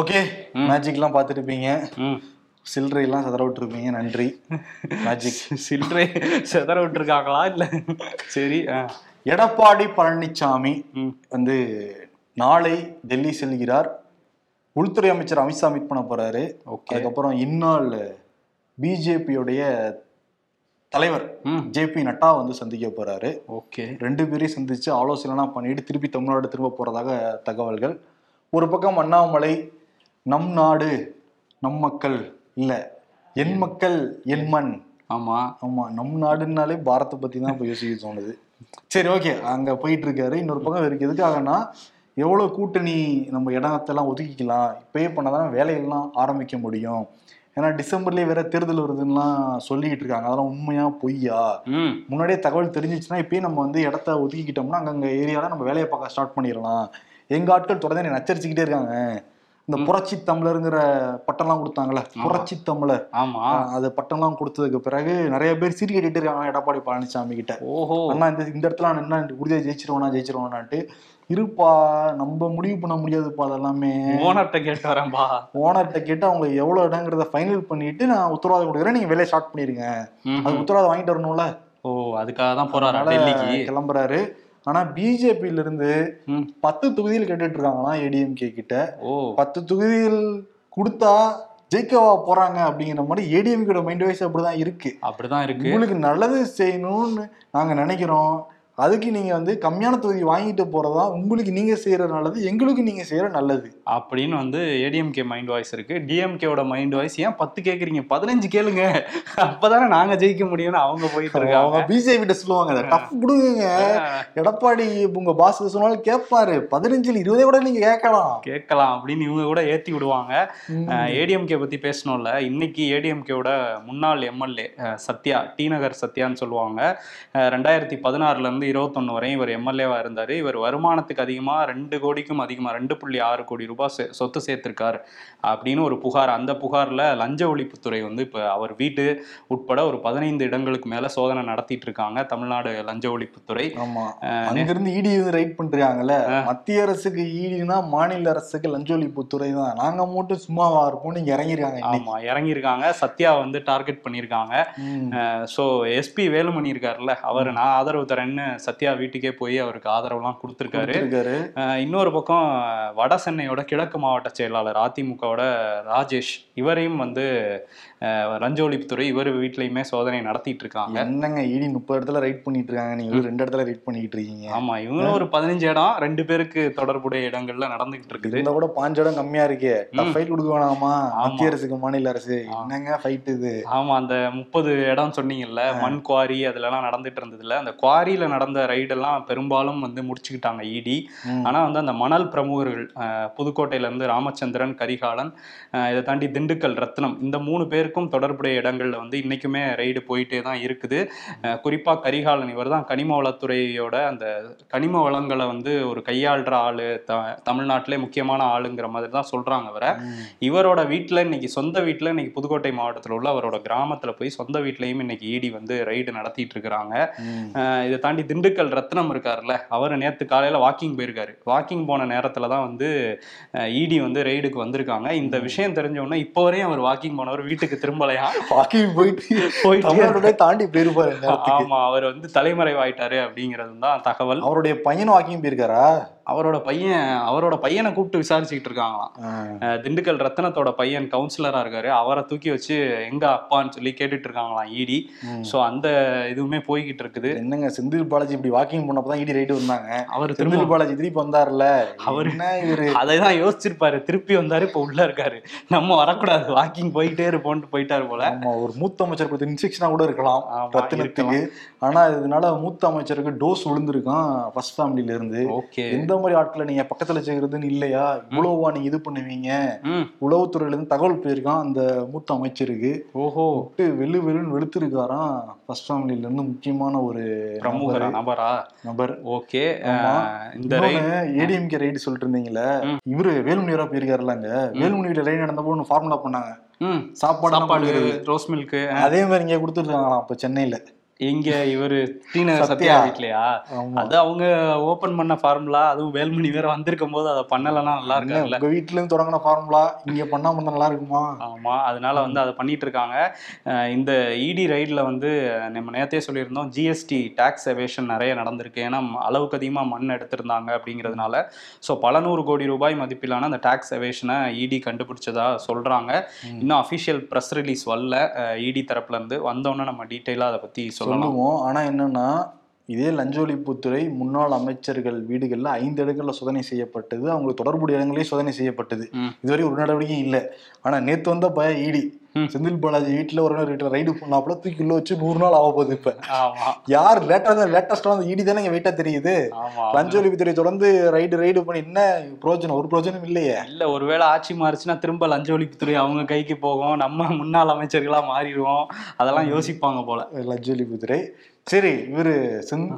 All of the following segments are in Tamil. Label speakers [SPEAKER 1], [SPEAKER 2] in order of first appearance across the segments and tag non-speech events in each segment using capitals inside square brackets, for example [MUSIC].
[SPEAKER 1] ஓகே மேஜிக்லாம் பார்த்துருப்பீங்க
[SPEAKER 2] ம்
[SPEAKER 1] சில்லறையெல்லாம் சதற விட்டுருப்பீங்க நன்றி மேஜிக்
[SPEAKER 2] சில்லறை செதற விட்டுருக்காங்களா இல்லை சரி ஆ
[SPEAKER 1] எடப்பாடி பழனிசாமி
[SPEAKER 2] ம்
[SPEAKER 1] வந்து நாளை டெல்லி செல்கிறார் உள்துறை அமைச்சர் அமித்ஷா மீட் பண்ண போறாரு
[SPEAKER 2] ஓகே
[SPEAKER 1] அதுக்கப்புறம் இந்நாள் பிஜேபியோடைய தலைவர்
[SPEAKER 2] ம்
[SPEAKER 1] ஜேபி நட்டா வந்து சந்திக்க போறாரு
[SPEAKER 2] ஓகே
[SPEAKER 1] ரெண்டு பேரையும் சந்திச்சு ஆலோசனைலாம் பண்ணிட்டு திருப்பி தமிழ்நாடு திரும்ப போறதாக தகவல்கள் ஒரு பக்கம் அண்ணாமலை நம் நாடு நம் மக்கள் இல்ல என் மக்கள் என் மண்
[SPEAKER 2] ஆமாம்
[SPEAKER 1] ஆமா நம் நாடுன்னாலே பாரத்தை பத்தி தான் இப்போ யோசிக்க தோணுது சரி ஓகே அங்க போயிட்டு இருக்காரு இன்னொரு பக்கம் இருக்கு எதுக்காகனா எவ்வளவு கூட்டணி நம்ம இடத்தெல்லாம் ஒதுக்கிக்கலாம் இப்பயே பண்ணாதான் வேலையெல்லாம் ஆரம்பிக்க முடியும் ஏன்னா டிசம்பர்லயே வேற தேர்தல் வருதுன்னுலாம் சொல்லிக்கிட்டு இருக்காங்க அதெல்லாம் உண்மையா பொய்யா
[SPEAKER 2] ம்
[SPEAKER 1] முன்னாடியே தகவல் தெரிஞ்சிச்சுன்னா இப்பயே நம்ம வந்து இடத்த ஒதுக்கிக்கிட்டோம்னா அங்கங்க ஏரியால நம்ம வேலையை பார்க்க ஸ்டார்ட் பண்ணிடலாம் எங்க ஆட்கள் தொடர்ந்து என்னை நச்சரிச்சுக்கிட்டே இருக்காங்க இந்த புரட்சி தமிழருங்கிற பட்டம்லாம் கொடுத்தாங்கல்ல புரட்சி தமிழர்
[SPEAKER 2] ஆமாம்
[SPEAKER 1] அது பட்டம்லாம் கொடுத்ததுக்கு பிறகு நிறைய பேர் சீரி கட்டிட்டு இருக்காங்க எடப்பாடி பழனிசாமி கிட்ட
[SPEAKER 2] ஓஹோ
[SPEAKER 1] அண்ணா இந்த இந்த இடத்துல நான் நின்னா உறுதியா ஜெயிச்சிருவானா ஜெயிச்சிருவானான்ட்டு இருப்பா நம்ம முடிவு பண்ண முடியாதுப்பா அதெல்லாமே
[SPEAKER 2] ஓனர்கிட்ட கேட்டு வரேன்பா
[SPEAKER 1] ஓனர்கிட்ட கேட்டு அவங்க எவ்வளவு இடங்கிறத ஃபைனல் பண்ணிட்டு நான் உத்தரவாதம் கொடுக்குறேன் நீங்க வேலையை ஸ்டார்ட் பண்ணிருங்க
[SPEAKER 2] ம்
[SPEAKER 1] அது உத்தரவாதம் வாங்கிட்டு வரணும்ல
[SPEAKER 2] ஓ அதுக்காக தான் போறாரா
[SPEAKER 1] அதனால
[SPEAKER 2] டெல்லிக்கு
[SPEAKER 1] கிளம்புறாரு ஆனா பிஜேபியில இருந்து
[SPEAKER 2] ம்
[SPEAKER 1] பத்து தொகுதியில் கேட்டுட்டு இருக்காங்களாம் ஏடிஎம்கே கிட்ட
[SPEAKER 2] ஓ
[SPEAKER 1] பத்து தொகுதியில் கொடுத்தா ஜெயிக்கவா போறாங்க அப்படிங்கிற மாதிரி ஏடிஎம்கேட மைண்ட் வைஸ் அப்படிதான் இருக்கு
[SPEAKER 2] அப்படிதான் இருக்கு
[SPEAKER 1] உங்களுக்கு நல்லது செய்யணும்னு நாங்க நினைக்கிறோம் அதுக்கு நீங்க வந்து கம்மியான தொகுதி வாங்கிட்டு போறதா உங்களுக்கு நீங்க செய்யற நல்லது எங்களுக்கு நீங்க செய்யற நல்லது
[SPEAKER 2] அப்படின்னு வந்து ஏடிஎம்கே மைண்ட் வாய்ஸ் இருக்கு டிஎம்கேவோட மைண்ட் வாய்ஸ் ஏன் பத்து கேக்குறீங்க பதினஞ்சு கேளுங்க அப்பதானே நாங்க ஜெயிக்க முடியும்னு அவங்க போயிட்டு
[SPEAKER 1] அவங்க
[SPEAKER 2] இருக்காங்க
[SPEAKER 1] பிஜேபி கிட்ட சொல்லுவாங்க டஃப் கொடுங்க எடப்பாடி உங்க பாஸ் சொன்னாலும் கேட்பாரு பதினஞ்சுல இருபதே கூட நீங்க கேட்கலாம்
[SPEAKER 2] கேட்கலாம் அப்படின்னு இவங்க கூட ஏத்தி விடுவாங்க ஏடிஎம்கே பத்தி பேசணும்ல இன்னைக்கு ஏடிஎம்கேவோட முன்னாள் எம்எல்ஏ சத்யா டி நகர் சத்யான்னு சொல்லுவாங்க அஹ், ரெண்டாயிரத்தி பதினாறுல இருந்து இருபத்தொன்னு வரையும் இவர் எம்எல்ஏவா இருந்தாரு இவர் வருமானத்துக்கு அதிகமா ரெண்டு கோடிக்கும் அதிகமா ரெண்டு புள்ளி ஆறு கோடி ரூபாய் சே- சொத்து சேர்த்திருக்காரு அப்படின்னு ஒரு புகார் அந்த புகார்ல லஞ்ச ஒழிப்புத்துறை வந்து இப்ப அவர் வீட்டு உட்பட ஒரு பதினைந்து இடங்களுக்கு மேல சோதனை நடத்திட்டு இருக்காங்க தமிழ்நாடு லஞ்ச ஒழிப்புத்துறை
[SPEAKER 1] ஆமா அங்கிருந்து E இடி ரைட் பண்றாங்கல்ல மத்திய அரசுக்கு இடினா மாநில அரசுக்கு லஞ்ச ஒழிப்புத்துறை தான் நாங்க மட்டும் சும்மாவா இருப்போம்னு இங்க இறங்கிருக்காங்க இன்னைக்கு
[SPEAKER 2] ஆமா இறங்கியிருக்காங்க சத்யா வந்து டார்கெட் பண்ணியிருக்காங்க
[SPEAKER 1] ம்.
[SPEAKER 2] ஸோ எஸ்பி வேலுமணி இருக்காருல்ல அவர் நான் ஆதரவு தரேன்னு சத்யா வீட்டுக்கே போய் அவருக்கு ஆதரவுலாம் கொடுத்துருக்காரு
[SPEAKER 1] இருக்காரு
[SPEAKER 2] அஹ் இன்னொரு பக்கம் அஹ், வட சென்னையோட கிழக்கு மாவட்ட செயலாளர் அதிமுகவோட ராஜேஷ் இவரையும் வந்து அஹ், லஞ்ச ஒழிப்புத்துறை இவர் வீட்லயுமே சோதனை நடத்திட்டு இருக்காங்க
[SPEAKER 1] என்னங்க இடி முப்பது இடத்துல ரைட் பண்ணிட்டு இருக்காங்க நீங்க வெறும் ரெண்டு இடத்துல ரைட் பண்ணிட்டு இருக்கீங்க
[SPEAKER 2] ஆமா இவங்களும் ஒரு பதினஞ்சு இடம் ரெண்டு பேருக்கு தொடர்புடைய இடங்கள்ல நடந்துகிட்டு இருக்குது
[SPEAKER 1] இருந்தா கூட பாஞ்சு இடம் கம்மியா இருக்கே
[SPEAKER 2] ம்.
[SPEAKER 1] ஃபைட் கொடுக்க வேணாமா
[SPEAKER 2] ஆமா.
[SPEAKER 1] மத்திய அரசுக்கு மாநில அரசு
[SPEAKER 2] ஆ.
[SPEAKER 1] என்னங்க ஃபைட் இது
[SPEAKER 2] ஆமா அந்த முப்பது இடம் சொன்னீங்கல்ல மண் குவாரி அதுல எல்லாம் நடந்துட்டு இருந்ததுல அந்த குவாரியில நடந்த ரைடெல்லாம் பெரும்பாலும் வந்து முடிச்சுக்கிட்டாங்க E இடி
[SPEAKER 1] ம்.
[SPEAKER 2] ஆனால் வந்து அந்த மணல் பிரமுகர்கள் அஹ், புதுக்கோட்டையிலேருந்து ராமச்சந்திரன் கரிகாலன் அஹ், இதை தாண்டி திண்டுக்கல் ரத்னம் இந்த மூணு பேருக்கும் தொடர்புடைய இடங்கள்ல வந்து இன்றைக்குமே ரைடு போயிட்டே தான் இருக்குது குறிப்பாக கரிகாலன் இவர் தான் கனிம வளத்துறையோட அந்த கனிம வளங்களை வந்து ஒரு கையாள்ற ஆளு த தமிழ்நாட்டிலே முக்கியமான ஆளுங்கிற மாதிரி தான் சொல்கிறாங்க அவரை
[SPEAKER 1] ம்.
[SPEAKER 2] இவரோட வீட்டில் இன்னைக்கு சொந்த வீட்டில் இன்னைக்கு புதுக்கோட்டை மாவட்டத்தில் உள்ள அவரோட கிராமத்தில் போய் சொந்த வீட்லேயும் இன்னைக்கு ஈடி வந்து ரைடு நடத்திட்டு இருக்கிறாங்க
[SPEAKER 1] ம்.
[SPEAKER 2] அஹ் இதை தாண்டி திண்டுக்கல் ரத்னம் இருக்கார்ல அவர் நேற்று காலையில் வாக்கிங் போயிருக்காரு வாக்கிங் போன நேரத்தில் தான் வந்து இடி வந்து ரெய்டுக்கு வந்திருக்காங்க இந்த விஷயம் தெரிஞ்ச உடனே இப்போ வரையும் அவர் வாக்கிங் போனவர் வீட்டுக்கு திரும்பலையா
[SPEAKER 1] வாக்கிங்
[SPEAKER 2] [LAUGHS]
[SPEAKER 1] போயிட்டு
[SPEAKER 2] போயிட்டு
[SPEAKER 1] தமிழ்நாட்டை தாண்டி போயிருப்பாரு இந்த நேரத்துக்கு.
[SPEAKER 2] ஆமா அவர் வந்து தலைமறைவாயிட்டாரு அப்படிங்கிறது தான் தகவல்
[SPEAKER 1] அவருடைய பையன் வாக்கிங் போயிருக்காரா
[SPEAKER 2] அவரோட பையன் அவரோட பையனை கூப்பிட்டு விசாரிச்சுக்கிட்டு இருக்காங்களாம்
[SPEAKER 1] ஆ.
[SPEAKER 2] அஹ் திண்டுக்கல் ரத்னத்தோட பையன் கவுன்சிலராக இருக்காரு அவரை தூக்கி வச்சு எங்க அப்பான்னு சொல்லி கேட்டுட்டு இருக்காங்களாம் இடி
[SPEAKER 1] ம்.
[SPEAKER 2] ஸோ அந்த இதுவுமே போய்கிட்டு இருக்குது
[SPEAKER 1] என்னங்க செந்தில் பாலாஜி இப்படி வாக்கிங் பண்ணப்பதான் இடி ரைட் வந்தாங்க
[SPEAKER 2] அவர் திரும்ப
[SPEAKER 1] திருமல் பாலாஜி திருப்பி வந்தாருல
[SPEAKER 2] அவரு-
[SPEAKER 1] என்ன இவரு
[SPEAKER 2] அதை தான் யோசிச்சிருப்பாரு திருப்பி வந்தாரு இப்போ உள்ள இருக்காரு நம்ம வரக்கூடாது வாக்கிங் போயிட்டே இருப்போம்னு போயிட்டாரு போல
[SPEAKER 1] ஆமா ஒரு மூத்த அமைச்சர் கொடுத்த இன்ஸ்ட்ரக்ஷனா கூட இருக்கலாம்
[SPEAKER 2] ஆமா,
[SPEAKER 1] ரத்தினத்துக்கு ஆனா இதனால மூத்த அமைச்சருக்கு டோஸ் விழுந்திருக்கான் ஃபர்ஸ்ட் ஃபேமிலில இருந்து
[SPEAKER 2] ஓகே
[SPEAKER 1] எந்த மாதிரி ஆட்களை நீங்க பக்கத்துல வச்சுக்கிறதுன்னு இல்லையா இவ்வளவா நீங்க இது பண்ணுவீங்க
[SPEAKER 2] ம்
[SPEAKER 1] உளவுத்துறையில இருந்து தகவல் போயிருக்கான் அந்த மூத்த அமைச்சருக்கு
[SPEAKER 2] ஓஹோ
[SPEAKER 1] விட்டு வெள்ளு வெளுன்னு வெளுத்திருக்காராம் ஃபர்ஸ்ட் ஃபேமிலில இருந்து முக்கியமான ஒரு
[SPEAKER 2] பிரமுகரா நபரா
[SPEAKER 1] நபர்
[SPEAKER 2] ஓகே
[SPEAKER 1] ஆமா.
[SPEAKER 2] அஹ், இந்த ரைட்
[SPEAKER 1] ஏடிஎம்கே ரைடு சொல்லிட்டு இருந்தீங்கல்ல
[SPEAKER 2] ம்.
[SPEAKER 1] இவரு வேலுமணியரா போயிருக்காருலாங்க வேலுமணியோட ரைடு நடந்தப்போ ஒன்று ஃபார்முலா பண்ணாங்க
[SPEAKER 2] ம்
[SPEAKER 1] சாப்பாடு
[SPEAKER 2] சாப்பாடு
[SPEAKER 1] சாப்பாடு
[SPEAKER 2] ரோஸ் மில்க்கு
[SPEAKER 1] அதே மாதிரி இங்க கொடுத்துருக்காங்களாம் இப்ப சென்னையில
[SPEAKER 2] எங்க இவரு டீநகர்
[SPEAKER 1] சத்யா.
[SPEAKER 2] சத்யா வீட்லயா
[SPEAKER 1] ஆமா
[SPEAKER 2] அது அவங்க ஓபன் பண்ண ஃபார்முலா அதுவும் வேல்மணி வேற வந்திருக்கும் போது அதை பண்ணலன்னா
[SPEAKER 1] இல்ல,
[SPEAKER 2] நல்லா இருக்காதுல்ல
[SPEAKER 1] உங்க வீட்டுல இருந்து தொடங்கின ஃபார்முலா இங்க பண்ணாம இருந்தா நல்லா இருக்குமா
[SPEAKER 2] ஆமா அதனால வந்து அதை பண்ணிட்டு இருக்காங்க அஹ் இந்த இடி ரைட்ல வந்து நம்ம நேத்தே சொல்லியிருந்தோம் ஜிஎஸ்டி டாக்ஸ் எவேஷன் நிறைய நடந்திருக்கு ஏன்னா அளவுக்கு அதிகமாக மண் எடுத்திருந்தாங்க அப்படிங்கிறதுனால ஸோ பல நூறு கோடி ரூபாய் மதிப்பிலான அந்த டாக்ஸ் எவேஷனை இடி E கண்டுபிடிச்சதா சொல்றாங்க
[SPEAKER 1] ம்.
[SPEAKER 2] இன்னும் அஃபிஷியல் ப்ரெஸ் ரிலீஸ் வரல இடி தரப்புல இருந்து வந்தோன்னே நம்ம டீட்டெயிலாக அதை பத்தி சொல்லலாம்
[SPEAKER 1] சொல்லுவோம் ஆனா என்னன்னா இதே லஞ்ச ஒழிப்புத்துறை முன்னாள் அமைச்சர்கள் வீடுகள்ல ஐந்து இடங்கள்ல சோதனை செய்யப்பட்டது அவங்களுக்கு தொடர்புடைய இடங்களே சோதனை செய்யப்பட்டது
[SPEAKER 2] ம்.
[SPEAKER 1] இதுவரை ஒரு நடவடிக்கையும் இல்ல ஆனா நேத்து வந்த பய ஈடி
[SPEAKER 2] ம்.
[SPEAKER 1] செந்தில் பாலாஜி வீட்டுல ஒரு நாள் வீட்டுல ரைடு பண்ணாப்புல தூக்கி உள்ள வச்சு நூறு நாள் ஆக போகுது இப்ப
[SPEAKER 2] ஆமா
[SPEAKER 1] யார் லேட்டா லேட்டஸ்டா அந்த ஈடி தானே வெயிட்டா தெரியுது
[SPEAKER 2] ஆமா
[SPEAKER 1] லஞ்ச ஒழிப்புத்துறை தொடர்ந்து ரைடு ரைடு பண்ணி என்ன பிரோஜனம் ஒரு பிரோஜனம் இல்லையே
[SPEAKER 2] இல்ல ஒருவேளை ஆட்சி மாறுச்சுன்னா திரும்ப லஞ்ச ஒழிப்புத்துறை அவங்க கைக்கு போகும் நம்ம முன்னாள் அமைச்சர்களா மாறிடுவோம் அதெல்லாம் யோசிப்பாங்க போல
[SPEAKER 1] லஞ்ச ஒழிப்புத்துறை சரி இவரு செந்-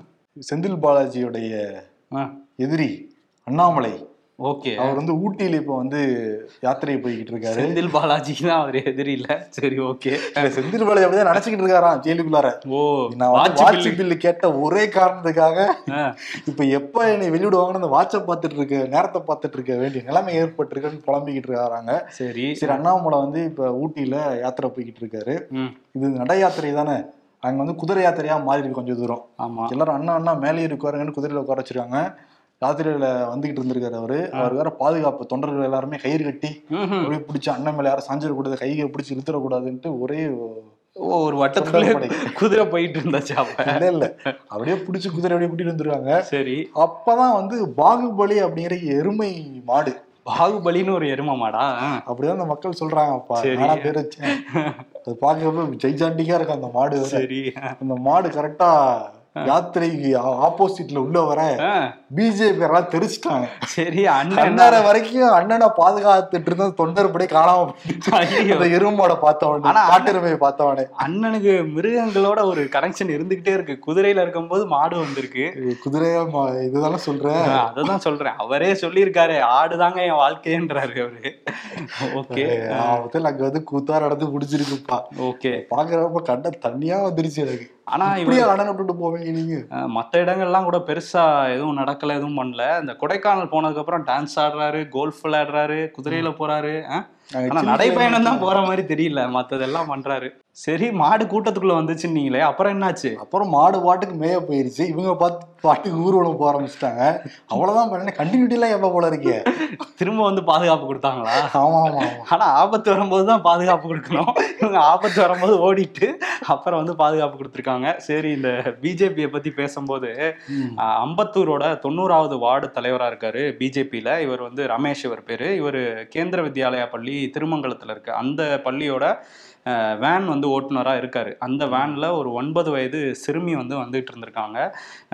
[SPEAKER 1] செந்தில் பாலாஜியுடைய எதிரி அண்ணாமலை
[SPEAKER 2] ஓகே
[SPEAKER 1] அவர் வந்து ஊட்டியில இப்ப வந்து யாத்திரை போய்கிட்டு இருக்காரு
[SPEAKER 2] செந்தில் பாலாஜி தான் அவர் எதிரி இல்ல சரி ஓகே
[SPEAKER 1] இல்ல, செந்தில் பாலாஜி அப்படிதான் நினைச்சுக்கிட்டு இருக்காராம் ஜெயிலுக்குள்ளார
[SPEAKER 2] ஓ
[SPEAKER 1] நான் வந்து
[SPEAKER 2] வாட்ச்
[SPEAKER 1] வாட்ச் பில்லு கேட்ட ஒரே காரணத்துக்காக
[SPEAKER 2] ஆ.
[SPEAKER 1] இப்ப எப்ப என்னை வெளியிடுவாங்கன்னு அந்த வாட்சை பார்த்துட்டு இருக்க நேரத்தை பார்த்துட்டு இருக்க வேண்டிய நிலைமை ஏற்பட்டிருக்குன்னு புலம்பிக்கிட்டு இருக்காங்க
[SPEAKER 2] சரி
[SPEAKER 1] சரி அண்ணாமலை வந்து இப்ப ஊட்டியில யாத்திரை போய்கிட்டு இருக்காரு
[SPEAKER 2] ம்,
[SPEAKER 1] இது நட யாத்திரை தானே அங்க வந்து குதிரை யாத்திரையா மாறி இருக்கு கொஞ்சம் தூரம்
[SPEAKER 2] ஆமா
[SPEAKER 1] எல்லாரும் அண்ணா அண்ணா மேலே உட்காருங்கன்னு குதிரையில உட்கார வச்சிருக்காங்க யாத்திரையில வந்துகிட்டு இருந்திருக்காரு அவரு அவர் வேற பாதுகாப்பு தொண்டர்கள் எல்லாருமே கயிறு கட்டி
[SPEAKER 2] ம்ஹும்.
[SPEAKER 1] அப்படியே பிடிச்சி அண்ணன் மேல யாரும் சாஞ்சிடக்கூடாது கையை பிடிச்சி இழுத்துடக்கூடாதுன்ட்டு ஒரே
[SPEAKER 2] ஓ ஒரு வட்டத்துக்குள்ளே
[SPEAKER 1] சுண்டல் படை.
[SPEAKER 2] குதிரை போயிட்டு இருந்தாச்சு அப்ப
[SPEAKER 1] இல்ல இல்ல அப்படியே பிடிச்சி குதிரை அப்படியே கூட்டிட்டு வந்துருக்காங்க
[SPEAKER 2] சரி
[SPEAKER 1] அப்பதான் வந்து பாகுபலி அப்படிங்கிற எருமை மாடு
[SPEAKER 2] பாகுபலின்னு ஒரு எருமை மாடா ஆ.
[SPEAKER 1] அப்படிதான் அந்த மக்கள் சொல்றாங்க அப்பா
[SPEAKER 2] சரி.
[SPEAKER 1] நானா பேர் வச்சேன் அது பாக்குறப்ப ஜெய்ஜாண்டிக்கா இருக்கு அந்த மாடு வேற.
[SPEAKER 2] சரி
[SPEAKER 1] அந்த மாடு கரெக்டா யாத்திரைக்கு ஆப்போசிட்ல உள்ள வர
[SPEAKER 2] ஆ,
[SPEAKER 1] பிஜேபி எல்லாம் தெரிச்சிட்டாங்க
[SPEAKER 2] சரி அண்ணன் என்ன-
[SPEAKER 1] அண்ணரை வரைக்கும் அண்ணனை பாதுகாத்துட்டு இருந்த தொண்டர்படி காணாம போயிடுச்சு.
[SPEAKER 2] ஐயோ.
[SPEAKER 1] அந்த எருமோட பார்த்தவனே
[SPEAKER 2] ஆனா
[SPEAKER 1] காட்டெருமையை பார்த்தவனே
[SPEAKER 2] அண்ணனுக்கு மிருகங்களோட ஒரு கனெக்ஷன் இருந்துகிட்டே இருக்கு குதிரையில இருக்கும்போது மாடு வந்திருக்கு
[SPEAKER 1] குதிரையா மா- இதுதானே சொல்றேன்
[SPEAKER 2] அததான் சொல்றேன் அவரே சொல்லியிருக்காரு ஆடுதாங்க என் வாழ்க்கைன்றாரு அவரு ஓகே
[SPEAKER 1] ஆபத்தில் அங்க வந்து கூத்தா நடந்து முடிச்சிருக்குப்பா
[SPEAKER 2] ஓகே
[SPEAKER 1] பாக்குறப்ப கண்ட தண்ணியா வந்துருச்சு எனக்கு
[SPEAKER 2] ஆனா இவர்
[SPEAKER 1] இப்படியே அண்ணனை விட்டுட்டு போவீங்க நீங்க
[SPEAKER 2] மற்ற இடங்கள்லாம் கூட பெருசா எதுவும் நடக்கல எதுவும் பண்ணல இந்த கொடைக்கானல் போனதுக்கு அப்புறம் டான்ஸ் ஆடுறாரு கோல்ஃப் விளையாடுறாரு குதிரையில போறாரு அஹ்?
[SPEAKER 1] நாங்க
[SPEAKER 2] ஆனா
[SPEAKER 1] சின்ன
[SPEAKER 2] நடைப்பயணம் தான்
[SPEAKER 1] பிள்ளைங்க.
[SPEAKER 2] போற மாதிரி தெரியல மத்ததெல்லாம் பண்றாரு சரி மாடு கூட்டத்துக்குள்ள வந்துச்சுன்னு நீங்களே அப்புறம் என்னாச்சு
[SPEAKER 1] அப்புறம் மாடு பாட்டுக்கு மேய போயிருச்சு இவங்க பார்த்து பாட்டுக்கு ஊர்வலம் போக ஆரம்பிச்சிட்டாங்க அவ்வளவுதான் பண்ண கண்டினியூட்டி எல்லாம் எப்ப போல இருக்கே
[SPEAKER 2] திரும்ப வந்து பாதுகாப்பு கொடுத்தாங்களா
[SPEAKER 1] ஆமா ஆமா ஆமா
[SPEAKER 2] ஆனா ஆபத்து வரும்போது தான் பாதுகாப்பு கொடுக்கணும் இவங்க ஆபத்து வரும்போது ஓடிட்டு அப்புறம் வந்து பாதுகாப்பு கொடுத்துருக்காங்க சரி இந்த பிஜேபியை பத்தி பேசும்போது
[SPEAKER 1] ம்.
[SPEAKER 2] ஆஹ் அம்பத்தூரோட தொண்ணூறாவது வார்டு தலைவராக இருக்காரு பிஜேபியில் இவர் வந்து ரமேஷ் இவர் பேர் இவர் கேந்திர வித்யாலயா பள்ளி திருமங்கலத்தில் இருக்கு அந்த பள்ளியோட ஆஹ், வேன் வந்து ஓட்டுநராக இருக்காரு அந்த வேனில் ஒரு ஒன்பது வயது சிறுமி வந்து வந்துட்டு இருந்திருக்காங்க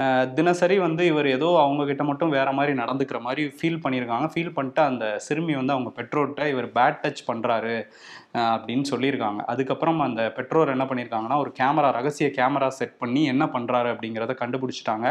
[SPEAKER 2] ஆஹ், தினசரி வந்து இவர் ஏதோ அவங்க கிட்ட மட்டும் வேற மாதிரி நடந்துக்கிற மாதிரி ஃபீல் பண்ணியிருக்காங்க ஃபீல் பண்ணிட்டு அந்த சிறுமி வந்து அவங்க பெற்றோர்கிட்ட இவர் பேட் டச் பண்ணுறாரு அப்படின்னு சொல்லியிருக்காங்க அதுக்கப்புறம் அந்த பெற்றோர் என்ன பண்ணியிருக்காங்கன்னா ஒரு கேமரா ரகசிய கேமரா செட் பண்ணி என்ன பண்ணுறாரு அப்படிங்கிறத கண்டுபிடிச்சிட்டாங்க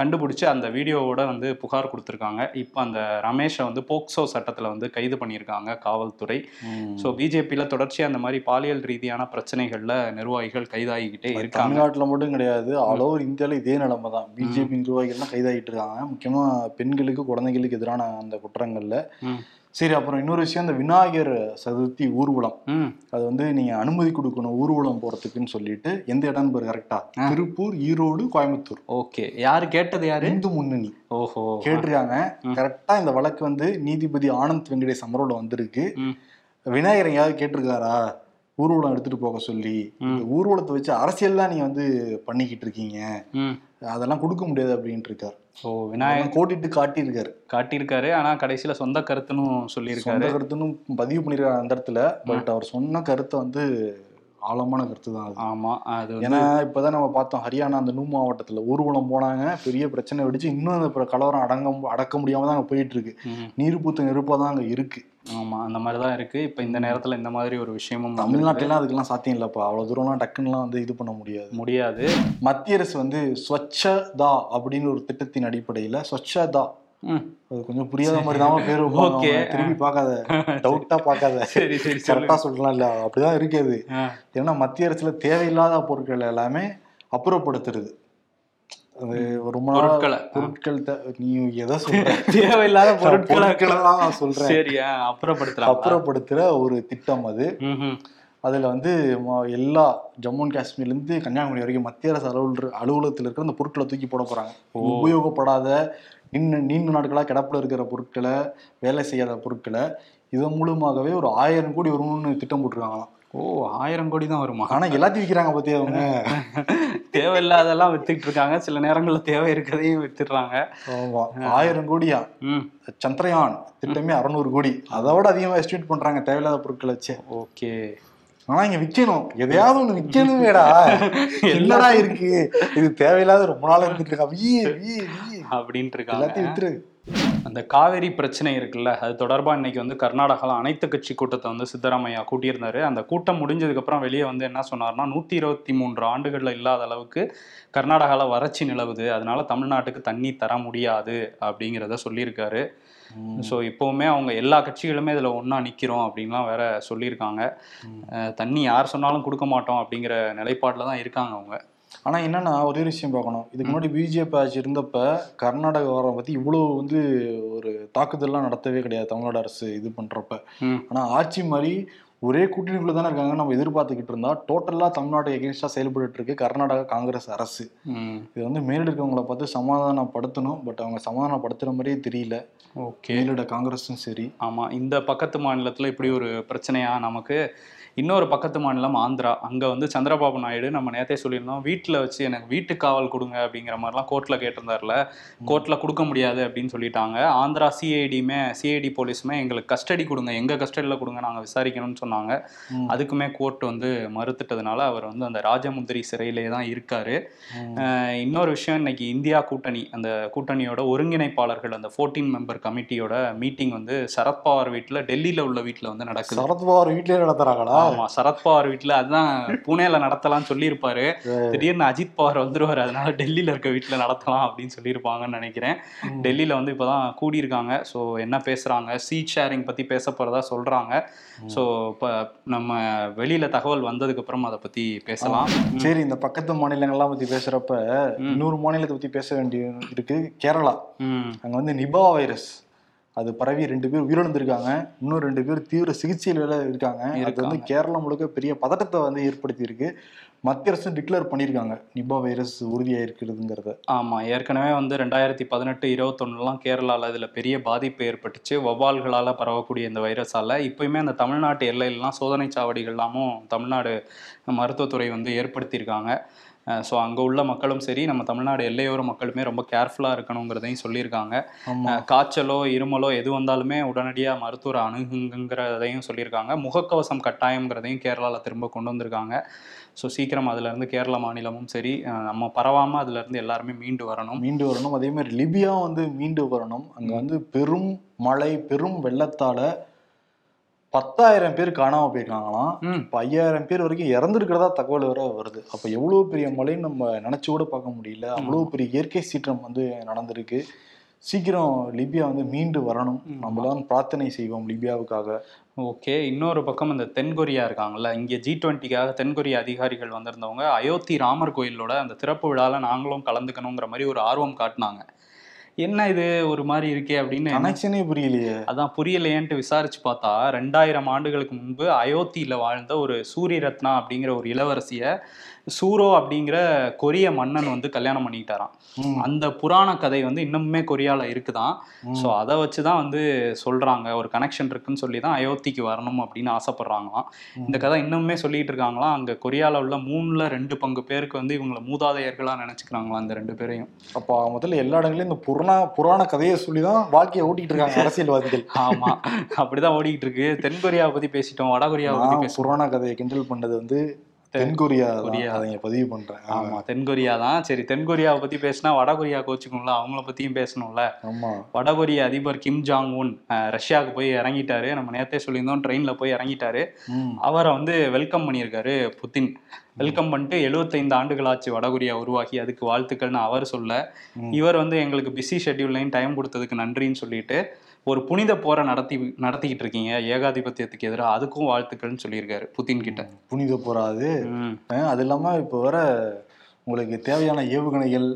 [SPEAKER 2] கண்டுபிடிச்சு அந்த வீடியோவோட வந்து புகார் கொடுத்துருக்காங்க இப்போ அந்த ரமேஷை வந்து போக்சோ சட்டத்தில் வந்து கைது பண்ணியிருக்காங்க காவல்துறை
[SPEAKER 1] ம்.
[SPEAKER 2] ஸோ பிஜேபியில் தொடர்ச்சியாக அந்த மாதிரி பாலியல் ரீதியான பிரச்சனைகளில் நிர்வாகிகள் கைதாகிக்கிட்டே இருக்காங்க
[SPEAKER 1] தமிழ்நாட்டுல மட்டும் கிடையாது ஆல் ஓவர் இந்தியால இதே நிலைமை தான் பிஜேபி நிர்வாகிகள்லாம் கைதாகிட்டு இருக்காங்க முக்கியமா பெண்களுக்கு குழந்தைகளுக்கு எதிரான அந்த குற்றங்கள்ல
[SPEAKER 2] ம்.
[SPEAKER 1] சரி அப்புறம் இன்னொரு விஷயம் இந்த விநாயகர் சதுர்த்தி ஊர்வலம்
[SPEAKER 2] ம்
[SPEAKER 1] அது வந்து நீங்க அனுமதி கொடுக்கணும் ஊர்வலம் போறதுக்குன்னு சொல்லிட்டு எந்த இடம் பேர் கரெக்டா திருப்பூர் ஈரோடு கோயம்புத்தூர்
[SPEAKER 2] ஓகே யார் கேட்டது யாரு
[SPEAKER 1] இந்து முன்னணி
[SPEAKER 2] ஓஹோ
[SPEAKER 1] கேட்டிருக்காங்க
[SPEAKER 2] ம்.
[SPEAKER 1] கரெக்டா இந்த வழக்கு வந்து நீதிபதி ஆனந்த் வெங்கடேஷ் அமரோட வந்திருக்கு
[SPEAKER 2] ம்.
[SPEAKER 1] விநாயகர் எங்கேயாவது கேட்டிருக்காரா ஊர்வலம் எடுத்துட்டு போக சொல்லி
[SPEAKER 2] ம்.
[SPEAKER 1] இந்த ஊர்வலத்தை வச்சு அரசியல்லாம் நீங்க வந்து பண்ணிக்கிட்டு இருக்கீங்க
[SPEAKER 2] ம்
[SPEAKER 1] அதெல்லாம் கொடுக்க முடியாது அப்படின்ட்டு இருக்காரு
[SPEAKER 2] ஓ விநாயகர்
[SPEAKER 1] அதெல்லாம் கோடிட்டு காட்டியிருக்காரு
[SPEAKER 2] காட்டியிருக்காரு ஆனால் கடைசியில் சொந்த கருத்துன்னு சொல்லியிருக்காரு
[SPEAKER 1] சொந்த கருத்துன்னு பதிவு பண்ணிருக்காரு அந்த இடத்துல பட் அவர் சொன்ன கருத்தை வந்து ஆழமான கருத்து தான் அது
[SPEAKER 2] ஆமாம் அது வந்து
[SPEAKER 1] ஏன்னா இப்பதான் நம்ம பார்த்தோம் ஹரியானா அந்த நூ மாவட்டத்துல ஊர்வலம் போனாங்க பெரிய பிரச்சனை வெடிச்சு இன்னும் அந்த பிர- கலவரம் அடங்க அடக்க முடியாம தான் அங்க போயிட்டு இருக்கு
[SPEAKER 2] ம்,
[SPEAKER 1] நீர் பூத்த நெருப்பா தான் அங்க இருக்கு
[SPEAKER 2] ஆமா அந்த மாதிரி தான் இருக்கு இப்போ இந்த நேரத்தில் இந்த மாதிரி ஒரு விஷயமும் வந்திருக்கு.
[SPEAKER 1] தமிழ்நாட்டுலாம் அதுக்கெல்லாம் சாத்தியம் இல்லப்பா அவ்வளவு தூரம்லாம் டக்குன்னுலாம் வந்து இது பண்ண முடியாது
[SPEAKER 2] முடியாது
[SPEAKER 1] மத்திய அரசு வந்து ஸ்வச்சதா அப்படின்னு ஒரு திட்டத்தின் அடிப்படையில ஸ்வச்சதா
[SPEAKER 2] ம்
[SPEAKER 1] அது கொஞ்சம் புரியாத மாதிரி தான் பேர் வைப்பாங்க
[SPEAKER 2] Okay.
[SPEAKER 1] அவங்க. திரும்பி பார்க்காத டவுட்டா பார்க்காத
[SPEAKER 2] சரி சரி
[SPEAKER 1] கரெக்டா சொல்லலாம் இல்ல அப்படிதான் இருக்குது
[SPEAKER 2] ஆ
[SPEAKER 1] ஏன்னா மத்திய அரசுல தேவையில்லாத பொருட்கள் எல்லாமே அப்புறப்படுத்துறது அது ரொம்ப நாளா
[SPEAKER 2] பொருட்களை
[SPEAKER 1] பொருட்கள் தே- நீ எதை சொல்ற
[SPEAKER 2] தேவையில்லாத பொருட்களை
[SPEAKER 1] பொருட்களை தான் நான் சொல்றேன்
[SPEAKER 2] சரியா அப்புறப்படுத்தலாம்
[SPEAKER 1] அப்புறப்படுத்துற ஒரு திட்டம் அது அதுல வந்து ம- எல்லா ஜம்மு அண்ட் காஷ்மீர்ல இருந்து கன்னியாகுமரி வரைக்கும் மத்திய அரசு அலுவலர் அலுவலகத்தில் இருக்கிற அந்த பொருட்களை தூக்கி போட போறாங்க உபயோகப்படாத நின்று நீண்ட நாட்களா கிடப்புல இருக்கிற பொருட்களை வேலை செய்யாத பொருட்களை இதன் மூலமாகவே ஒரு ஆயிரம் கோடி வரும்னு திட்டம் போட்டிருக்காங்களாம்
[SPEAKER 2] ஓ ஆயிரம் கோடி தான் வருமா
[SPEAKER 1] ஆனா எல்லாத்தையும் விற்கிறாங்க பத்தியா அவங்க
[SPEAKER 2] தேவையில்லாதெல்லாம் வித்துக்கிட்டு இருக்காங்க சில நேரங்கள்ல தேவை இருக்கிறதையும் வித்துடுறாங்க
[SPEAKER 1] ஆமா ஆயிரம் கோடியா
[SPEAKER 2] ம்
[SPEAKER 1] சந்திரயான் திட்டமே அறநூறு கோடி அதோட அதிகமா எஸ்டிமேட் பண்றாங்க தேவையில்லாத பொருட்களை வச்சு
[SPEAKER 2] ஓகே
[SPEAKER 1] ஆனா இங்க விக்கணும் எதையாவது ஒண்ணு விக்கணுமேடா என்னடா இருக்கு இது தேவையில்லாத ரொம்ப நாள் இருந்துட்டு இருக்கா வீ வீ வீ
[SPEAKER 2] அப்படின்ட்டு இருக்காங்க
[SPEAKER 1] எல்லாத்தையும் வித்துரு
[SPEAKER 2] அந்த காவேரி பிரச்சனை இருக்குல்ல அது தொடர்பாக இன்னைக்கு வந்து கர்நாடகால அனைத்து கட்சி கூட்டத்தை வந்து சித்தராமையா கூட்டியிருந்தாரு அந்த கூட்டம் முடிஞ்சதுக்கு அப்புறம் வெளியே வந்து என்ன சொன்னார்னா நூற்றி இருபத்தி மூன்று ஆண்டுகளில் இல்லாத அளவுக்கு கர்நாடகால வறட்சி நிலவுது அதனால தமிழ்நாட்டுக்கு தண்ணி தர முடியாது அப்படிங்கிறத சொல்லியிருக்காரு ஸோ இப்போவுமே அவங்க எல்லா கட்சிகளுமே இதில் ஒன்றா நிற்கிறோம் அப்படின்லாம் வேற சொல்லியிருக்காங்க அஹ் தண்ணி யார் சொன்னாலும் கொடுக்க மாட்டோம் அப்படிங்கிற நிலைப்பாட்டில் தான் இருக்காங்க அவங்க
[SPEAKER 1] ஆனா என்னன்னா ஒரே ஒரு விஷயம் பார்க்கணும் இதுக்கு முன்னாடி பிஜேபி ஆட்சி இருந்தப்ப கர்நாடக வாரம் பத்தி இவ்வளவு வந்து ஒரு தாக்குதல்லாம் நடத்தவே கிடையாது தமிழ்நாடு அரசு இது பண்றப்ப
[SPEAKER 2] ம்.
[SPEAKER 1] ஆனா ஆட்சி மாதிரி ஒரே கூட்டணிக்குள்ள தானே இருக்காங்க நம்ம எதிர்பார்த்துக்கிட்டு இருந்தா டோட்டலா தமிழ்நாடு எகென்ஸ்டா செயல்பட்டு இருக்கு கர்நாடக காங்கிரஸ் அரசு இது வந்து மேலிட இருக்கவங்கள பார்த்து சமாதானப்படுத்தணும் பட் அவங்க சமாதானப்படுத்துற மாதிரியே தெரியல
[SPEAKER 2] ஓகே
[SPEAKER 1] மேலிட காங்கிரஸும் சரி
[SPEAKER 2] ஆமாம் இந்த பக்கத்து மாநிலத்தில் இப்படி ஒரு பிரச்சனையா நமக்கு இன்னொரு பக்கத்து மாநிலம் ஆந்திரா அங்கே வந்து சந்திரபாபு நாயுடு நம்ம நேத்தே சொல்லியிருந்தோம் வீட்டில் வச்சு எனக்கு வீட்டு காவல் கொடுங்க அப்படிங்கிற மாதிரிலாம் கோர்ட்டில் கேட்டிருந்தார்ல கோர்ட்டில் கொடுக்க முடியாது அப்படின்னு சொல்லிட்டாங்க ஆந்திரா சிஐடியுமே சிஐடி போலீஸுமே எங்களுக்கு கஸ்டடி கொடுங்க எங்கள் கஸ்டடியில் கொடுங்க நாங்கள் விசாரிக்கணும்னு சொன்னாங்க
[SPEAKER 1] ம்.
[SPEAKER 2] அதுக்குமே கோர்ட் வந்து மறுத்துட்டதுனால அவர் வந்து அந்த ராஜமுந்திரி சிறையிலே தான் இருக்காரு
[SPEAKER 1] ம்.
[SPEAKER 2] அஹ் இன்னொரு விஷயம் இன்னைக்கு இந்தியா கூட்டணி அந்த கூட்டணியோட ஒருங்கிணைப்பாளர்கள் அந்த 14 மெம்பர் கமிட்டியோட மீட்டிங் வந்து சரத்பவார் வீட்டில் டெல்லியில் உள்ள வீட்டில் வந்து நடக்குது
[SPEAKER 1] சரத்பவார் வீட்லயே நடத்துறாங்களா
[SPEAKER 2] ஆமா சரத்பவார் வீட்டில் அதுதான் புனேல நடத்தலாம்னு சொல்லியிருப்பாரு திடீர்னு அஜித் பவார் வந்துருவாரு அதனால டெல்லியில் இருக்க வீட்டில் நடத்தலாம் அப்படின்னு சொல்லியிருப்பாங்கன்னு நினைக்கிறேன்
[SPEAKER 1] ம்.
[SPEAKER 2] டெல்லியில் வந்து இப்போதான் கூடியிருக்காங்க ஸோ என்ன பேசுறாங்க சீட் ஷேரிங் பத்தி பேச போறதா சொல்றாங்க ஸோ இப்போ நம்ம வெளியில தகவல் வந்ததுக்கு அப்புறம் அதை பத்தி பேசலாம்
[SPEAKER 1] சரி இந்த பக்கத்து மாநிலங்கள்லாம் பத்தி பேசுறப்ப இன்னொரு மாநிலத்தை பத்தி பேச வேண்டிய இருக்கு கேரளா
[SPEAKER 2] ம்
[SPEAKER 1] அங்க வந்து நிபா வைரஸ் அது பரவி ரெண்டு பேர் உயிரிழந்திருக்காங்க இன்னும் ரெண்டு பேர் தீவிர சிகிச்சையில வேற இருக்காங்க அது வந்து கேரளா முழுக்க பெரிய பதட்டத்தை வந்து ஏற்படுத்தி இருக்கு மத்திய அரசு டிக்ளேர் பண்ணியிருக்காங்க நிபா வைரஸ் உறுதியாயிருக்கிறதுங்கிறத
[SPEAKER 2] ஆமாம் ஏற்கனவே வந்து ரெண்டாயிரத்தி பதினெட்டு இருபத்தொன்னுலாம் கேரளாவில் இதில் பெரிய பாதிப்பு ஏற்பட்டுச்சு வவால்களால் பரவக்கூடிய இந்த வைரஸால் இப்போயுமே அந்த தமிழ்நாட்டு எல்லையிலலாம் சோதனை சாவடிகள்லாமும் தமிழ்நாடு மருத்துவத்துறை வந்து ஏற்படுத்தியிருக்காங்க ஸோ அங்கே உள்ள மக்களும் சரி நம்ம தமிழ்நாடு எல்லையோர மக்களுமே ரொம்ப கேர்ஃபுல்லாக இருக்கணுங்கிறதையும் சொல்லியிருக்காங்க
[SPEAKER 1] ஆமா
[SPEAKER 2] அஹ் காய்ச்சலோ இருமலோ எது வந்தாலுமே உடனடியாக மருத்துவரை அணுகுங்கிறதையும் சொல்லியிருக்காங்க முகக்கவசம் கட்டாயம்ங்கிறதையும் கேரளாவில் திரும்ப கொண்டு வந்திருக்காங்க ஸோ சீக்கிரம் அதுலேருந்து கேரள மாநிலமும் சரி அஹ் நம்ம பரவாமல் அதுலேருந்து எல்லாருமே மீண்டு வரணும்
[SPEAKER 1] மீண்டு வரணும் அதே மாதிரி லிபியா வந்து மீண்டு வரணும் அங்க வந்து பெரும் மழை பெரும் வெள்ளத்தால பத்தாயிரம் பேர் காணாம போயிருக்காங்களாம்
[SPEAKER 2] ம்
[SPEAKER 1] இப்போ ஐயாயிரம் பேர் வரைக்கும் இறந்துருக்கிறதா தகவல் வர வருது அப்போ எவ்வளோ பெரிய மழைன்னு நம்ம நினச்சி கூட பார்க்க முடியல அவ்வளோ பெரிய இயற்கை சீற்றம் வந்து நடந்திருக்கு சீக்கிரம் லிபியா வந்து மீண்டு வரணும்
[SPEAKER 2] ம்.
[SPEAKER 1] நம்மளாம் பிரார்த்தனை செய்வோம் லிபியாவுக்காக
[SPEAKER 2] ஓகே இன்னொரு பக்கம் இந்த தென்கொரியா இருக்காங்கல்ல இங்கே ஜி டுவெண்ட்டிக்காக தென்கொரிய அதிகாரிகள் வந்திருந்தவங்க அயோத்தி ராமர் கோயிலோட அந்த திறப்பு விழாவில் நாங்களும் கலந்துக்கணுங்கிற மாதிரி ஒரு ஆர்வம் காட்டினாங்க என்ன இது ஒரு மாதிரி இருக்கே அப்படின்னு
[SPEAKER 1] கனெக்ஷனே புரியலையே
[SPEAKER 2] அதான் புரியலையேன்ட்டு விசாரிச்சு பார்த்தா ரெண்டாயிரம் ஆண்டுகளுக்கு முன்பு அயோத்தியில வாழ்ந்த ஒரு சூரிய ரத்னா அப்படிங்கிற ஒரு இளவரசிய சூரோ அப்படிங்கிற கொரிய மன்னன் வந்து கல்யாணம் பண்ணிக்கிட்டாராம்
[SPEAKER 1] ம்.
[SPEAKER 2] அந்த புராண கதை வந்து இன்னுமே கொரியால இருக்குதான்
[SPEAKER 1] ம்.
[SPEAKER 2] ஸோ அதை வச்சு தான் வந்து சொல்றாங்க ஒரு கனெக்ஷன் இருக்குன்னு சொல்லி தான் அயோத்திக்கு வரணும் அப்படின்னு ஆசைப்படுறாங்களாம்
[SPEAKER 1] ம்.
[SPEAKER 2] இந்த கதை இன்னுமே சொல்லிட்டு இருக்காங்களாம் அங்க கொரியால உள்ள மூணுல ரெண்டு பங்கு பேருக்கு வந்து இவங்களை மூதாதையர்களா நினைச்சுக்கிறாங்களாம் அந்த ரெண்டு பேரையும்
[SPEAKER 1] அப்போ முதல்ல எல்லா இடங்களையும் இந்த புராண புராண கதையை சொல்லி தான் வாழ்க்கையை ஓட்டிட்டு இருக்காங்க அரசியல்வாதிகள் [LAUGHS]
[SPEAKER 2] ஆமா அப்படிதான் ஓடிக்கிட்டு இருக்கு தென்கொரியாவை பத்தி பேசிட்டோம் வடகொரியாவை பத்தி
[SPEAKER 1] நான்
[SPEAKER 2] பேசிட்டோம்
[SPEAKER 1] புராண கதையை கிண்டல் பண்ணது வந்து தென்கொரியா
[SPEAKER 2] கொரியா.
[SPEAKER 1] அதை இங்க பதிவு பண்றேன்
[SPEAKER 2] ஆமா தென்கொரியா தான் சரி தென்கொரியாவை பத்தி பேசினா வடகொரியா கோச்சுக்கும்ல அவங்கள பத்தியும் பேசணும்ல
[SPEAKER 1] ஆமா
[SPEAKER 2] வடகொரிய அதிபர் கிம் ஜாங் உன் அஹ், ரஷ்யாவுக்கு போய் இறங்கிட்டாரு நம்ம நேத்தே சொல்லியிருந்தோம் ட்ரெயின்ல போய் இறங்கிட்டாரு
[SPEAKER 1] ம்.
[SPEAKER 2] அவரை வந்து வெல்கம் பண்ணியிருக்காரு புதின் வெல்கம் பண்ணிட்டு 75 ஆண்டுகளாச்சு வடகொரியா உருவாகி அதுக்கு வாழ்த்துக்கள்னு அவர் சொல்ல
[SPEAKER 1] ம்.
[SPEAKER 2] இவர் வந்து எங்களுக்கு பிஸி ஷெட்யூல்லையும் டைம் கொடுத்ததுக்கு நன்றின்னு சொல்லிட்டு ஒரு புனித போரை நடத்தி நடத்திக்கிட்டு இருக்கீங்க ஏகாதிபத்தியத்துக்கு எதிராக அதுக்கும் வாழ்த்துக்கள்னு சொல்லியிருக்காரு புதின் கிட்ட
[SPEAKER 1] புனித போராது
[SPEAKER 2] ம்.
[SPEAKER 1] அது இல்லாம இப்போ வர உங்களுக்கு தேவையான ஏவுகணைகள்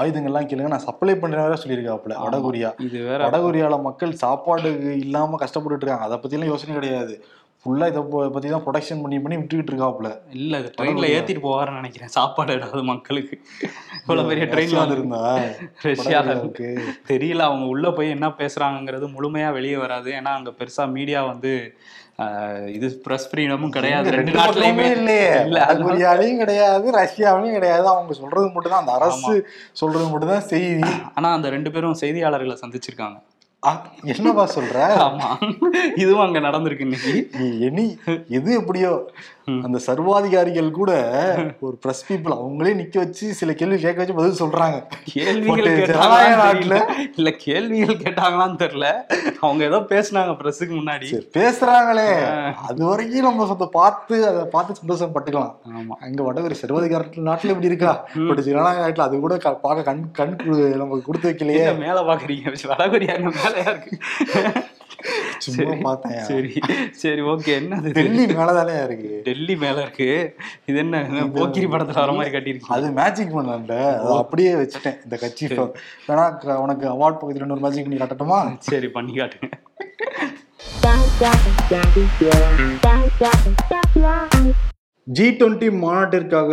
[SPEAKER 1] ஆயுதங்கள்லாம் கேளுங்க நான் சப்ளை பண்ணுறேன் வேற சொல்லியிருக்காப்புல வட கொரியா
[SPEAKER 2] இது வேற
[SPEAKER 1] வடகொரியால மக்கள் சாப்பாடு இல்லாம கஷ்டப்பட்டுட்டு இருக்காங்க அதை பத்திலாம் யோசனை கிடையாது ஃபுல்லா இதை ப- பத்தி தான் ப்ரொடக்ஷன் பண்ணி பண்ணி விட்டுக்கிட்டு இருக்காப்புல
[SPEAKER 2] இல்ல இது ட்ரெயின்ல
[SPEAKER 1] வடகொரியா.
[SPEAKER 2] ஏத்திட்டு போவாருன்னு நினைக்கிறேன் சாப்பாடு ஏதாவது மக்களுக்கு இவ்வளவு பெரிய ட்ரெயின்ல
[SPEAKER 1] ரஷ்யால இருந்தா
[SPEAKER 2] ரஷ்யால இருந்து.
[SPEAKER 1] இருக்கு
[SPEAKER 2] தெரியல அவங்க உள்ள போய் என்ன பேசுறாங்கங்கிறது முழுமையா வெளியே வராது ஏன்னா அங்க பெருசா மீடியா வந்து ஆஹ், இது பிரஸ் ஃப்ரீடமும் கிடையாது ரெண்டு நாட்டுலயுமே
[SPEAKER 1] இல்லையே
[SPEAKER 2] இல்ல, அதனால-
[SPEAKER 1] வடகொரியாலையும் கிடையாது ரஷ்யாவிலையும் கிடையாது அவங்க சொல்றது மட்டும் தான் அந்த அரசு சொல்றது மட்டும் தான் செய்தி
[SPEAKER 2] ஆனா அந்த ரெண்டு பேரும் செய்தியாளர்களை சந்திச்சிருக்காங்க
[SPEAKER 1] ஆ, என்னப்பா சொல்ற
[SPEAKER 2] ஆமா இதுவும் அங்க நடந்திருக்கு இன்னைக்கு
[SPEAKER 1] நீ எனி எது எப்படியோ அந்த சர்வாதிகாரிகள் கூட ஒரு பிரஸ் பீப்புள் அவங்களே நிக்க வச்சு சில கேள்வி கேட்க வச்சு பதில் சொல்றாங்க
[SPEAKER 2] கேள்விகள்
[SPEAKER 1] ஒரு ஜனநாயக
[SPEAKER 2] கேட்டாங்களான்னு
[SPEAKER 1] நாட்டுல
[SPEAKER 2] தெரியல. இல்ல கேள்விகள் கேட்டாங்களான்னு தெரியல அவங்க ஏதோ பேசுனாங்க பிரஸுக்கு முன்னாடி
[SPEAKER 1] சரி, பேசுறாங்களே அது வரைக்கும் நம்ம சொந்த பார்த்து அதை பார்த்து சந்தோஷம் பட்டுக்கலாம்
[SPEAKER 2] ஆமா
[SPEAKER 1] அங்க வடவர் சர்வாதிகார நாட்டுல இப்படி இருக்கா பட் ஜனநாயக நாட்டுல அது கூட க- பார்க்க கண் கண் கு- நமக்கு கொடுத்து வைக்கலையே
[SPEAKER 2] என்ன மேல பாக்குறீங்க வடகொரியா அங்க மேலயா இருக்கு
[SPEAKER 1] சும்மா பார்த்தேன்
[SPEAKER 2] சரி சரி ஓகே என்னது இது?
[SPEAKER 1] டெல்லி மேலதானே இருக்கு
[SPEAKER 2] டெல்லி மேல இருக்கு இது என்ன என்ன போக்கிரி படத்துல வர மாதிரி கட்டியிருக்கீங்க
[SPEAKER 1] அது மேஜிக் பண்ணல அது அப்படியே வச்சுட்டேன் இந்த கட்சி வேணா க- உனக்கு அவார்ட் பக்கத்துல இன்னொரு மேஜிக் பண்ணி காட்டட்டுமா
[SPEAKER 2] சரி பண்ணி காட்டுங்க
[SPEAKER 1] ஜி டுவெண்ட்டி மாநாட்டிற்காக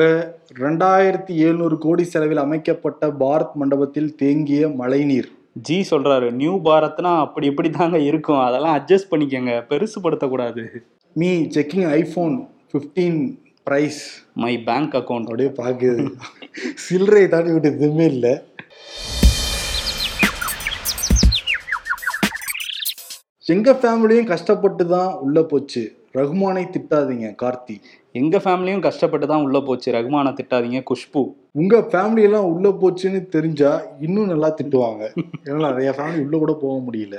[SPEAKER 1] ரெண்டாயிரத்தி எழுநூறு கோடி செலவில் அமைக்கப்பட்ட பாரத் மண்டபத்தில் தேங்கிய மழைநீர்
[SPEAKER 2] ஜி சொல்றாரு நியூ பாரத்னா அப்படி இப்படி தாங்க இருக்கும் அதெல்லாம் அட்ஜஸ்ட் பண்ணிக்கங்க பெருசுபடுத்தக்கூடாது
[SPEAKER 1] me checking iPhone fifteen price
[SPEAKER 2] my bank account
[SPEAKER 1] அப்படியே பார்க்குது சில்லறையை தாண்டி விட்டு எதுவுமே இல்லை எங்க ஃபேமிலியும் கஷ்டப்பட்டு தான் உள்ள போச்சு ரகுமானை திட்டாதீங்க கார்த்தி
[SPEAKER 2] எங்க ஃபேமிலியும் கஷ்டப்பட்டு தான் உள்ள போச்சு ரகுமான திட்டாதீங்க குஷ்பு
[SPEAKER 1] உங்க ஃபேமிலி எல்லாம் உள்ள போச்சுன்னு தெரிஞ்சா இன்னும் நல்லா திட்டுவாங்க ஏன்னா நிறைய ஃபேமிலி உள்ள கூட போக முடியல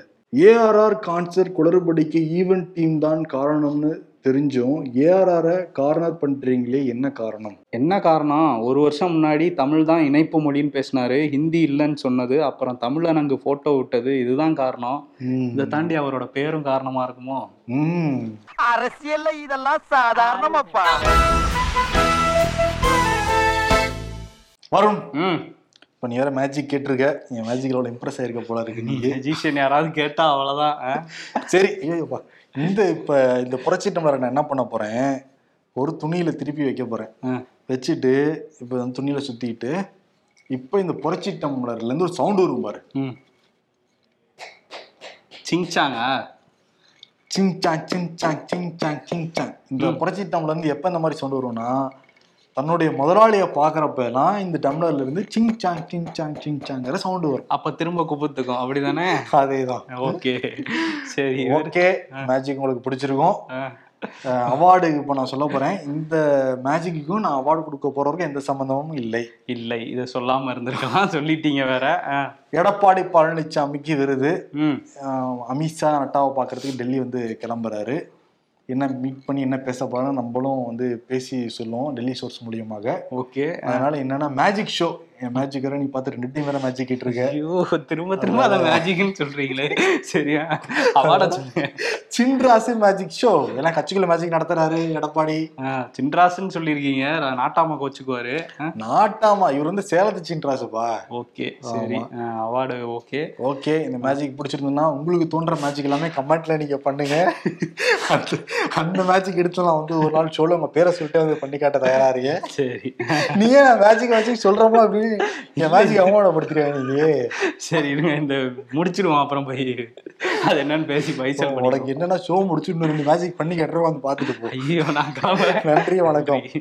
[SPEAKER 1] ஏஆர்ஆர் கான்சர்ட் குளறுபடிக்கு ஈவென்ட் டீம் தான் காரணம்னு தெரிஞ்சும் ஏஆர்ஆரை கார்னர் பண்றீங்களே என்ன காரணம்
[SPEAKER 2] என்ன காரணம் ஒரு வருஷம் முன்னாடி தமிழ் தான் இணைப்பு மொழின்னு பேசினாரு ஹிந்தி இல்லைன்னு சொன்னது அப்புறம் தமிழ்ல நாங்க போட்டோ விட்டது இதுதான் காரணம் இதை தாண்டி அவரோட பேரும் காரணமா இருக்குமோ
[SPEAKER 1] ம்
[SPEAKER 3] அரசியல்ல இதெல்லாம் சாதாரணமாப்பா
[SPEAKER 1] வரும்
[SPEAKER 2] ம்
[SPEAKER 1] இப்போ நீ வேற மேஜிக் கேட்டிருக்க என் மேஜிக்கலோட இம்ப்ரெஸ் ஆயிருக்க போல இருக்கு நீ
[SPEAKER 2] மெஜிஷியன் யாராவது கேட்டா அவ்வளவுதான் ஆ?
[SPEAKER 1] சரி ஐயோப்பா இந்த இப்போ இந்த புரட்சி டம்ளரை நான் என்ன பண்ண போறேன் ஒரு துணியில திருப்பி வைக்க போறேன்
[SPEAKER 2] ஆ.
[SPEAKER 1] வச்சுட்டு இப்போ வந்து துணியில சுத்திட்டு இப்போ இந்த புரட்சி டம்ளர்ல இருந்து ஒரு சவுண்ட் வரும் பாரு
[SPEAKER 2] ம் சிங்சாங்கா
[SPEAKER 1] sing song sing song sing song sing song இந்த புரட்சி டம்ளர்ல இருந்து எப்போ இந்த மாதிரி சவுண்ட் வரும்னா தன்னுடைய முதலாளியை பார்க்குறப்பெல்லாம் இந்த டம்ளர்ல இருந்து சிங் சாங் சிங் சாங் சிங் சாங்கிற சவுண்டு வரும்
[SPEAKER 2] அப்ப திரும்ப குபுத்துக்கும் அப்படிதானே
[SPEAKER 1] அதேதான்
[SPEAKER 2] ஓகே சரி இவர்,
[SPEAKER 1] ஓகே மேஜிக் உங்களுக்கு பிடிச்சிருக்கும்
[SPEAKER 2] ஆ,
[SPEAKER 1] அவார்டு இப்போ நான் சொல்ல போறேன் இந்த மேஜிக்குக்கும் நான் அவார்டு கொடுக்க போறவருக்கும் எந்த சம்மந்தமும் இல்லை
[SPEAKER 2] இல்லை இதை சொல்லாம இருந்திருக்கலாம் சொல்லிட்டீங்க வேற ஆ,
[SPEAKER 1] எடப்பாடி பழனிசாமிக்கு விருது
[SPEAKER 2] ம்
[SPEAKER 1] ஆஹ் அமித்ஷா நட்டாவை பார்க்கறதுக்கு டெல்லி வந்து கிளம்புறாரு என்ன மீட் பண்ணி என்ன பேச போறாங்கன்னு நம்மளும் வந்து பேசி சொல்லுவோம் டெல்லி சோர்ஸ் மூலியமாக
[SPEAKER 2] ஓகே
[SPEAKER 1] அதனால என்னன்னா மேஜிக் ஷோ என் மேஜிக் வேற நீ பார்த்து ரெண்டு டீம் வேற மேஜிக் கேட்டு இருக்க
[SPEAKER 2] ஐயோ திரும்ப திரும்ப அதை மேஜிக்னு சொல்றீங்களே சரியா அவார்ட சொல்லுங்க
[SPEAKER 1] சின்ராசு மேஜிக் ஷோ எல்லாம் கட்சிக்குள்ள மேஜிக் நடத்துறாரு எடப்பாடி
[SPEAKER 2] ஆ, சின்ராசுன்னு சொல்லியிருக்கீங்க நான் நாட்டாம கோச்சுக்குவாரு ஆ,
[SPEAKER 1] நாட்டாமா இவர் வந்து சேலத்து சின்ராசுப்பா
[SPEAKER 2] ஓகே சரி அவார்டு ஓகே
[SPEAKER 1] ஓகே இந்த மேஜிக் பிடிச்சிருந்ததுன்னா உங்களுக்கு தோன்ற மேஜிக் எல்லாமே கமெண்ட்ல நீங்க பண்ணுங்க அந்த- அந்த மேஜிக் எடுத்து நான் வந்து ஒரு நாள் சொல்ல உங்க பேரை சொல்லிட்டு வந்து பண்ணி காட்ட தயாரா இருக்க
[SPEAKER 2] சரி
[SPEAKER 1] நீ ஏன் மேஜிக் மேஜிக் சொல்றப்போ அப்படின்னு என் மேஜிக் அவமானப்படுத்துறேன் நீ
[SPEAKER 2] சரி இருங்க இந்த முடிச்சிடுவோம் அப்புறம் போய் அது என்னன்னு பேசி பைசல்
[SPEAKER 1] உனக்கு என்னன்னா ஷோ முடிச்சு இன்னும் ரெண்டு மேஜிக் பண்ணி கட்டுறோம் வந்து பாத்துட்டு போ
[SPEAKER 2] ஐயோ நான் கிளம்புறேன்
[SPEAKER 1] நன்றி வணக்கம்